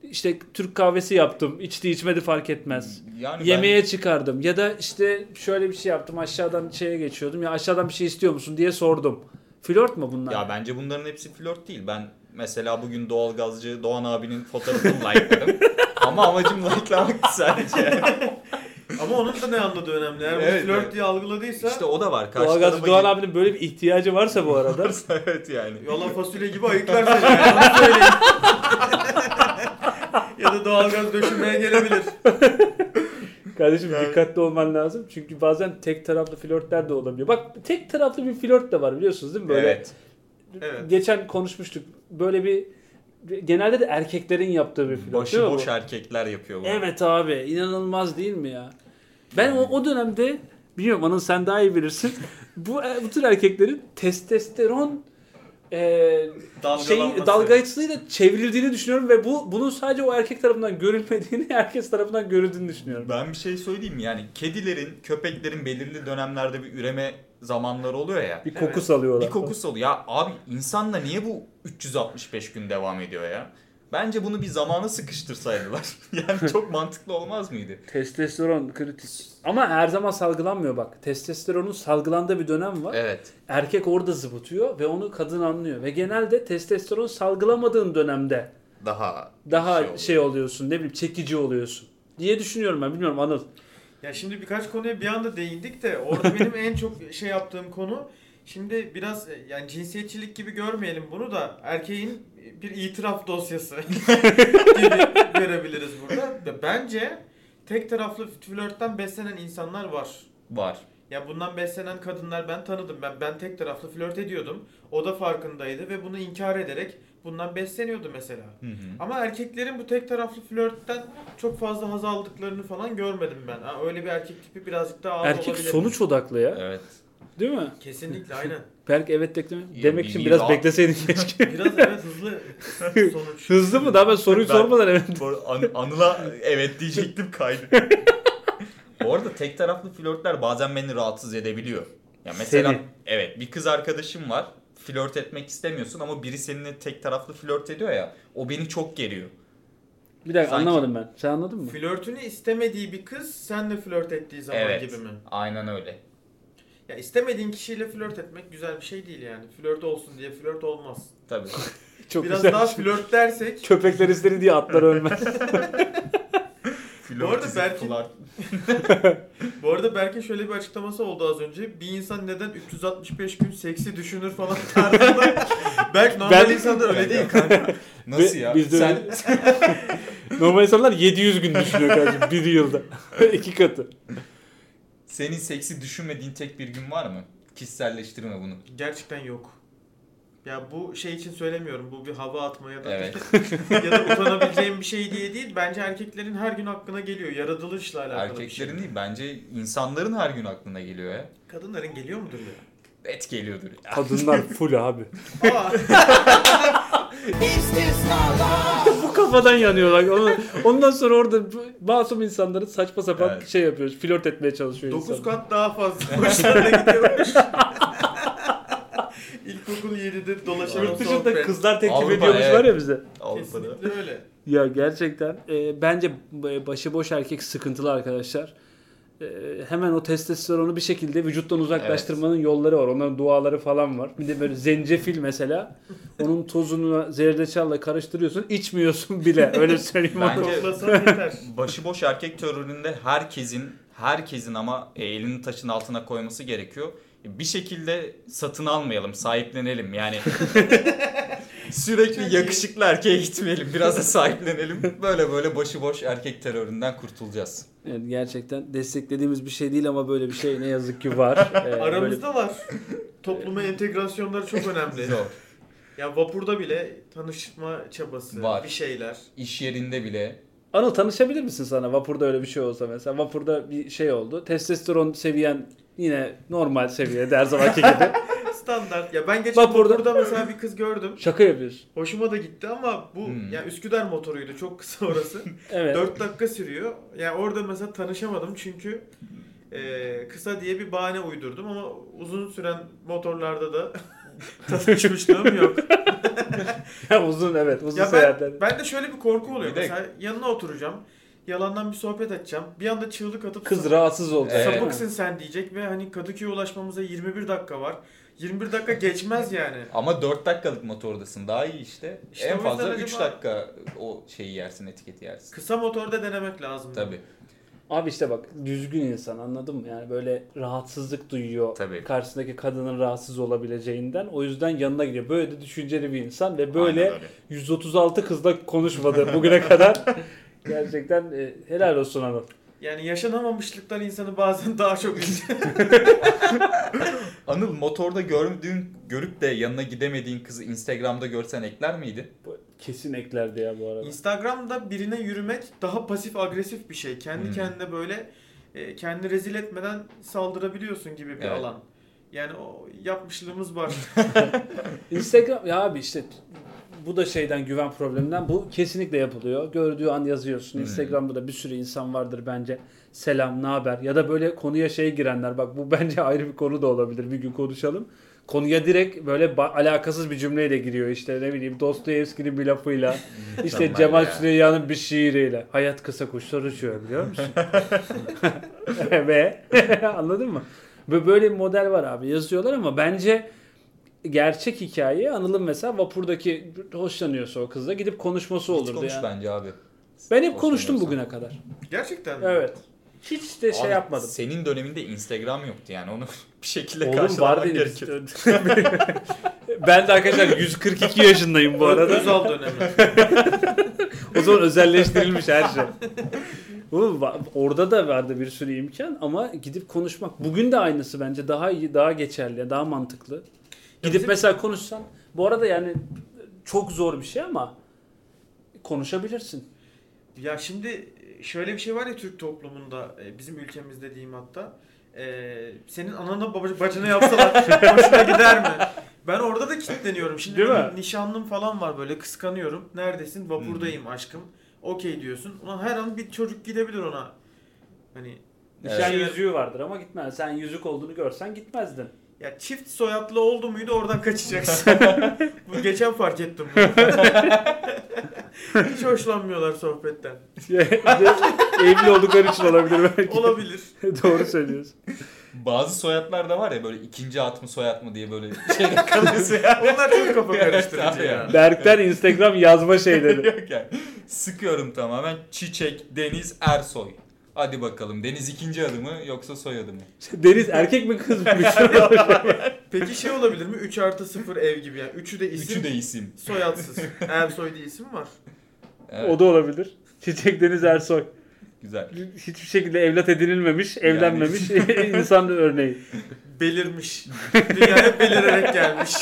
S2: İşte Türk kahvesi yaptım. İçti içmedi fark etmez.
S3: *laughs* Yani
S2: Yemeğe çıkardım. Ya da işte şöyle bir şey yaptım. Aşağıdan şeye geçiyordum. Ya aşağıdan bir şey istiyor musun diye sordum. Flört mü bunlar?
S3: ben, ya bence bunların hepsi flört değil. Ben mesela bugün doğalgazcı Doğan abinin fotoğrafını likeladım.
S2: *laughs*
S3: Ama amacım likelamaktı sadece.
S4: *laughs* ama onun da ne anladığı önemli. Eğer
S3: Evet,
S4: bu flört
S3: evet.
S4: diye algıladıysa
S3: işte o da var. Karşı
S2: Doğalgazcı
S3: tarafa
S2: Doğan
S3: gel-
S2: abinin böyle bir ihtiyacı varsa bu arada.
S3: *laughs* evet yani.
S4: Yala fasulye gibi ayıklar seni. yani, onu söyleyeyim. *laughs* ya da doğalgaz döşümeye gelebilir.
S2: Kardeşim
S3: Yani-
S2: dikkatli olman lazım. Çünkü bazen tek taraflı flörtler de olabiliyor. Bak tek taraflı bir flört de var biliyorsunuz değil mi? Böyle
S3: Evet.
S4: Evet.
S2: geçen konuşmuştuk. Böyle bir genelde de erkeklerin yaptığı bir flört değil mi
S3: Başıboş
S2: bu?
S3: erkekler yapıyor bunu.
S2: Evet abi inanılmaz değil mi ya? Ben o, o dönemde biliyorum Anıl sen daha iyi bilirsin. *laughs* bu, e, bu tür erkeklerin testosteron e, şey,
S4: Dalgalanması.
S2: dalgasıyla çevrildiğini düşünüyorum ve bu bunun sadece o erkek tarafından görülmediğini *laughs* herkes tarafından görüldüğünü düşünüyorum.
S3: Ben bir şey söyleyeyim mi? yani kedilerin, köpeklerin belirli dönemlerde bir üreme zamanları oluyor ya.
S2: Bir koku
S4: Evet.
S2: salıyorlar.
S3: Bir koku soluyor. Ya abi insanla niye bu 365 gün devam ediyor ya? Bence bunu bir zamana sıkıştırsaydılar. *laughs*
S2: *laughs*
S3: yani çok mantıklı olmaz mıydı?
S2: Testosteron kritik. Ama her zaman salgılanmıyor bak. Testosteronun salgılandığı bir dönem var.
S3: Evet.
S2: Erkek orada zıbıtıyor ve onu kadın anlıyor. Ve genelde testosteron salgılamadığın dönemde
S3: Daha
S2: daha
S3: Şey
S2: şey,
S3: oluyor.
S2: oluyorsun ne bileyim çekici oluyorsun diye düşünüyorum ben bilmiyorum Anıl.
S4: Ya şimdi birkaç konuya bir anda değindik de orada benim en çok şey yaptığım konu şimdi biraz e, yani cinsiyetçilik gibi görmeyelim bunu da erkeğin bir itiraf dosyası *laughs* gibi görebiliriz burada. Ve Bence tek taraflı flörtten beslenen insanlar var.
S3: var.
S4: Ya bundan beslenen kadınlar ben tanıdım. Ben ben tek taraflı flört ediyordum. O da farkındaydı ve bunu inkar ederek bundan besleniyordu mesela.
S3: Hı hı.
S4: Ama erkeklerin bu tek taraflı flörtten çok fazla haz aldıklarını falan görmedim ben. Ha, öyle bir erkek tipi birazcık daha az
S2: Erkek
S4: olabilir.
S2: sonuç odaklı ya.
S3: Evet.
S2: Değil mi?
S4: Kesinlikle aynen.
S2: Belki evet bekleme.
S3: Ya,
S2: Demek için
S3: bilgiyi
S2: biraz
S3: daha-
S2: bekleseydin keşke. *laughs*
S4: Biraz evet hızlı sonuç.
S2: Hızlı mı? Daha ben soruyu
S3: Ben-
S2: sormadan evet.
S3: Bu arada An- Anıl'a *laughs* evet diyecektim kaydı. Bu arada tek taraflı flörtler bazen beni rahatsız edebiliyor. Ya mesela
S2: Seni.
S3: evet bir kız arkadaşım var. Flört etmek istemiyorsun ama biri seninle tek taraflı flört ediyor ya. O beni çok geriyor.
S2: Bir dakika
S3: Sanki-
S2: anlamadım ben. Sen anladın mı?
S4: Flörtünü istemediği bir kız senle flört ettiği zaman
S3: evet.
S4: gibi mi?
S3: Aynen öyle.
S4: Ya istemediğin kişiyle flört etmek güzel bir şey değil yani. Flört olsun diye flört olmaz.
S3: Tabii.
S2: Çok
S4: Biraz
S2: güzel.
S4: daha flört dersek
S2: *laughs* Köpekler istedi diye atlar ölmez.
S3: Flört
S4: arada
S3: izi
S4: belki-
S3: flört-
S4: Bu arada Berk'in şöyle bir açıklaması oldu az önce. Bir insan neden 365 gün seksi düşünür falan
S2: *laughs*
S4: tarzında. Berk normal
S2: Ben-
S4: insanlar öyle değil kanka.
S3: Nasıl ya?
S2: Biz de
S3: Sen
S2: öyle- *laughs* Normal insanlar 700 gün düşünüyor kardeşim bir yılda. *laughs* İki katı.
S3: senin seksi düşünmediğin tek bir gün var mı? Kişiselleştirme bunu.
S4: Gerçekten yok. Ya bu şey için söylemiyorum. Bu bir hava atma ya da,
S3: Evet.
S4: *laughs* ya da utanabileceğim bir şey diye değil. Bence erkeklerin her gün hakkına geliyor. Yaratılışla alakalı bir şey.
S3: Erkeklerin değil bence insanların her gün aklına geliyor ya.
S4: Kadınların geliyor mudur ya?
S3: Et geliyordur ya.
S2: Kadınlar full abi.
S4: *laughs* Aa,
S2: Bu kafadan yanıyorlar. Onu- Ondan sonra orada bu- masum insanların saçma sapan
S3: Evet.
S2: şey yapıyor. Flört etmeye çalışıyor
S4: 9
S2: insanlar.
S4: kat daha fazla hoşlarına gidiyormuş. *laughs* İlkokul 7'de dolaşan o
S2: Yurt dışında
S4: sohbet.
S2: kızlar teklif
S3: Avrupa,
S2: ediyormuş
S3: evet.
S2: var ya bize.
S3: Avrupa'da.
S4: Kesinlikle öyle.
S2: Ya gerçekten e, bence başıboş erkek sıkıntılı arkadaşlar. e, hemen o testosteronu bir şekilde vücuttan uzaklaştırmanın yolları var. Onların duaları falan var. Bir de böyle zencefil mesela. Onun tozunu zerdeçalla karıştırıyorsun. içmiyorsun *laughs* bile. Öyle söyleyeyim.
S3: Bence- *laughs*
S4: Toplasan yeter.
S3: Başıboş erkek teröründe herkesin herkesin ama elini taşın altına koyması gerekiyor. Bir şekilde satın almayalım, sahiplenelim.
S4: *laughs*
S3: Yani sürekli yakışıklı erkeğe gitmeyelim. Biraz da sahiplenelim. Böyle böyle başıboş erkek teröründen kurtulacağız.
S2: Evet, gerçekten desteklediğimiz bir şey değil ama böyle bir şey ne yazık ki *laughs* var. Ee, böyle-
S3: *laughs*
S4: Aramızda var. Topluma entegrasyonları çok önemli.
S3: Zor.
S4: Ya vapurda bile tanışma çabası,
S3: Var.
S4: bir şeyler.
S3: İş yerinde bile
S2: Anıl tanışabilir misin sana vapurda öyle bir şey olsa mesela? Vapurda bir şey oldu. Testosteron seviyen yine normal seviyede her zamanki gibi.
S4: Standart. Ya ben geçen
S2: Vapurda-
S4: vapurda. mesela bir kız gördüm.
S2: Şaka yapıyorsun.
S4: Hoşuma da gitti ama bu
S3: Hmm.
S4: ya Üsküdar motoruydu. Çok
S3: *laughs*
S4: kısa orası.
S2: Evet.
S4: 4 dakika sürüyor. Ya orada mesela tanışamadım çünkü e, kısa diye bir bahane uydurdum ama uzun süren
S3: *laughs*
S4: motorlarda da tanışmışlığım yok.
S2: Ya uzun evet uzun
S4: ya
S2: seyahatler.
S4: ben, ben de şöyle bir korku oluyor.
S3: Bir de-
S4: Mesela yanına oturacağım. Yalandan bir sohbet edeceğim. Bir anda çığlık atıp
S2: Kız rahatsız oldu.
S3: Evet.
S4: sapıksın sen diyecek ve hani Kadıköy'e ulaşmamıza 21 dakika var. 21 dakika geçmez yani.
S3: ama 4 dakikalık motordasın. Daha iyi işte.
S4: İşte
S3: en
S4: o yüzden
S3: fazla
S4: acaba-
S3: 3 dakika o şeyi yersin, etiketi yersin.
S4: Kısa motorda denemek lazım.
S3: Tabii.
S2: Abi işte bak düzgün insan anladın mı? Yani böyle rahatsızlık duyuyor.
S3: Tabii.
S2: Karşısındaki kadının rahatsız olabileceğinden. O yüzden yanına gidiyor. Böyle de düşünceli bir insan ve
S3: Aynen
S2: böyle
S3: öyle.
S2: 136 kızla konuşmadı bugüne
S3: *laughs*
S2: kadar. Gerçekten e, helal olsun Anıl.
S4: Yani yaşanamamışlıklar insanı bazen
S3: *laughs*
S4: daha çok üzüyor.
S3: Anıl motorda gördüğün, görüp de yanına gidemediğin kızı Instagram'da görsen ekler miydin?
S2: Bu Kesin eklerdi ya bu arada.
S4: Instagram'da birine yürümek daha pasif agresif bir şey. Kendi
S3: Hmm.
S4: kendine böyle e, kendini rezil etmeden saldırabiliyorsun gibi bir
S3: Evet.
S4: alan. Yani o
S3: *laughs*
S4: yapmışlığımız var.
S2: Instagram ya abi işte bu da şeyden güven probleminden bu kesinlikle yapılıyor. Gördüğü an yazıyorsun.
S3: Hmm.
S2: Instagram'da da bir sürü insan vardır bence. Selam, ne haber ya da böyle konuya şey girenler. Bak bu bence *laughs* ayrı bir konu da olabilir. Bir gün konuşalım. Konuya direkt böyle ba- alakasız bir cümleyle giriyor işte ne bileyim Dostoyevski'nin
S3: *laughs*
S2: bir lafıyla işte
S3: Mükemmel
S2: Cemal
S3: ya.
S2: Süreyya'nın bir şiiriyle hayat kısa kuşlar uçuyor
S3: *laughs*
S2: biliyor musun? *laughs* Ve *laughs* anladın mı? Ve böyle bir model var abi yazıyorlar ama bence gerçek hikaye Anıl'ın mesela vapurdaki hoşlanıyorsa o kızla gidip konuşması
S3: Hiç
S2: olurdu
S3: konuş
S2: yani.
S3: bence abi.
S2: Ben hep konuştum
S3: Hoşlanıyorsan.
S2: bugüne kadar.
S4: Gerçekten mi?
S2: Evet. Hiç de şey
S3: Abi,
S2: yapmadım.
S3: Senin döneminde Instagram yoktu yani onu *laughs* bir şekilde
S2: Oğlum var
S3: karşılamak
S2: değil.
S3: gerekiyor.
S2: *laughs* ben de arkadaşlar 142 yaşındayım bu
S4: Ö-
S2: arada.
S4: Özal dönemi.
S2: O zaman özelleştirilmiş her şey. Oğlum, va- orada da vardı bir sürü imkan ama gidip konuşmak. Bugün de aynısı bence daha iyi, daha geçerli, daha mantıklı. Gidip
S4: bizim-
S2: mesela konuşsan. Bu arada yani çok zor bir şey ama konuşabilirsin.
S4: Ya şimdi şöyle bir şey var ya Türk toplumunda, e, bizim ülkemizde diyeyim hatta. E, senin anana babacı, bacına yapsalar
S2: *laughs*
S4: hoşuna gider mi? Ben orada da kilitleniyorum. Şimdi
S2: Değil mi?
S4: benim nişanlım falan var böyle kıskanıyorum. Neredesin? Vapurdayım aşkım. Okey diyorsun. Ulan her an bir çocuk gidebilir ona. Hani
S2: Nişan
S4: Evet.
S2: yüzüğü vardır ama gitmez. Sen yüzük olduğunu görsen gitmezdin.
S4: ya çift soyadlı oldu muydu oradan kaçacaksın. Bu geçen fark ettim
S2: *laughs*
S4: bunu. Hiç hoşlanmıyorlar sohbetten.
S2: *laughs* Evli oldukları için olabilir belki.
S4: Olabilir.
S2: *laughs* Doğru söylüyorsun.
S3: Bazı soyadlar da var ya böyle ikinci at mı soyad mı diye böyle şey *laughs* kalıyorsun ya.
S4: Onlar çok kafa
S3: Evet,
S4: karıştırıcı
S3: abi
S4: ya.
S3: ya.
S2: Berkler Instagram yazma şey *laughs* şeyleri.
S3: Yok yani. Sıkıyorum tamamen Çiçek Deniz Ersoy. Hadi bakalım Deniz ikinci adı mı yoksa soyadı mı?
S2: Deniz erkek mi kız *laughs* mı?
S4: Peki şey olabilir mi? 3 artı 0 ev gibi yani. Üçü de isim,
S3: Üçü de isim.
S4: soyadsız. Ersoy diye isim var.
S3: Evet,
S2: O da olabilir. Çiçek Deniz Ersoy.
S3: Güzel.
S2: Hiçbir şekilde evlat edinilmemiş, evlenmemiş *laughs* insan *laughs* örneği.
S4: Belirmiş. Dünyaya belirerek gelmiş.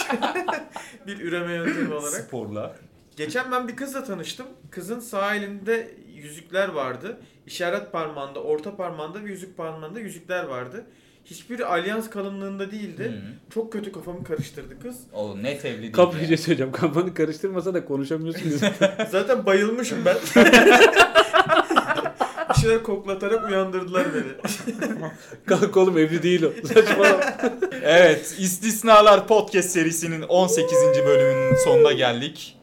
S4: *laughs* bir üreme yöntemi olarak.
S3: Sporla.
S4: Geçen ben bir kızla tanıştım. Kızın sağ elinde yüzükler vardı. İşaret parmağında, orta parmağında ve yüzük parmağında yüzükler vardı. Hiçbiri alyans kalınlığında değildi.
S3: Hı.
S4: Çok kötü kafamı karıştırdı kız.
S3: O net evli değil.
S2: Kapıyı
S3: yani.
S2: şey söyleyeceğim. Kafanı karıştırmasa da konuşamıyorsunuz. *laughs*
S4: Zaten bayılmışım ben. bir şeyler koklatarak uyandırdılar beni.
S2: Kalk oğlum evli değil o. Saçmalama.
S3: Evet, İstisnalar Podcast serisinin 18. bölümünün sonuna geldik.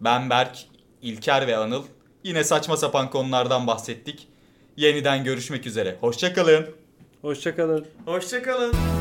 S3: Ben Berk, İlker ve Anıl. Yine saçma sapan konulardan bahsettik.
S5: Yeniden görüşmek üzere. Hoşçakalın.
S3: Hoşçakalın.
S4: Hoşçakalın.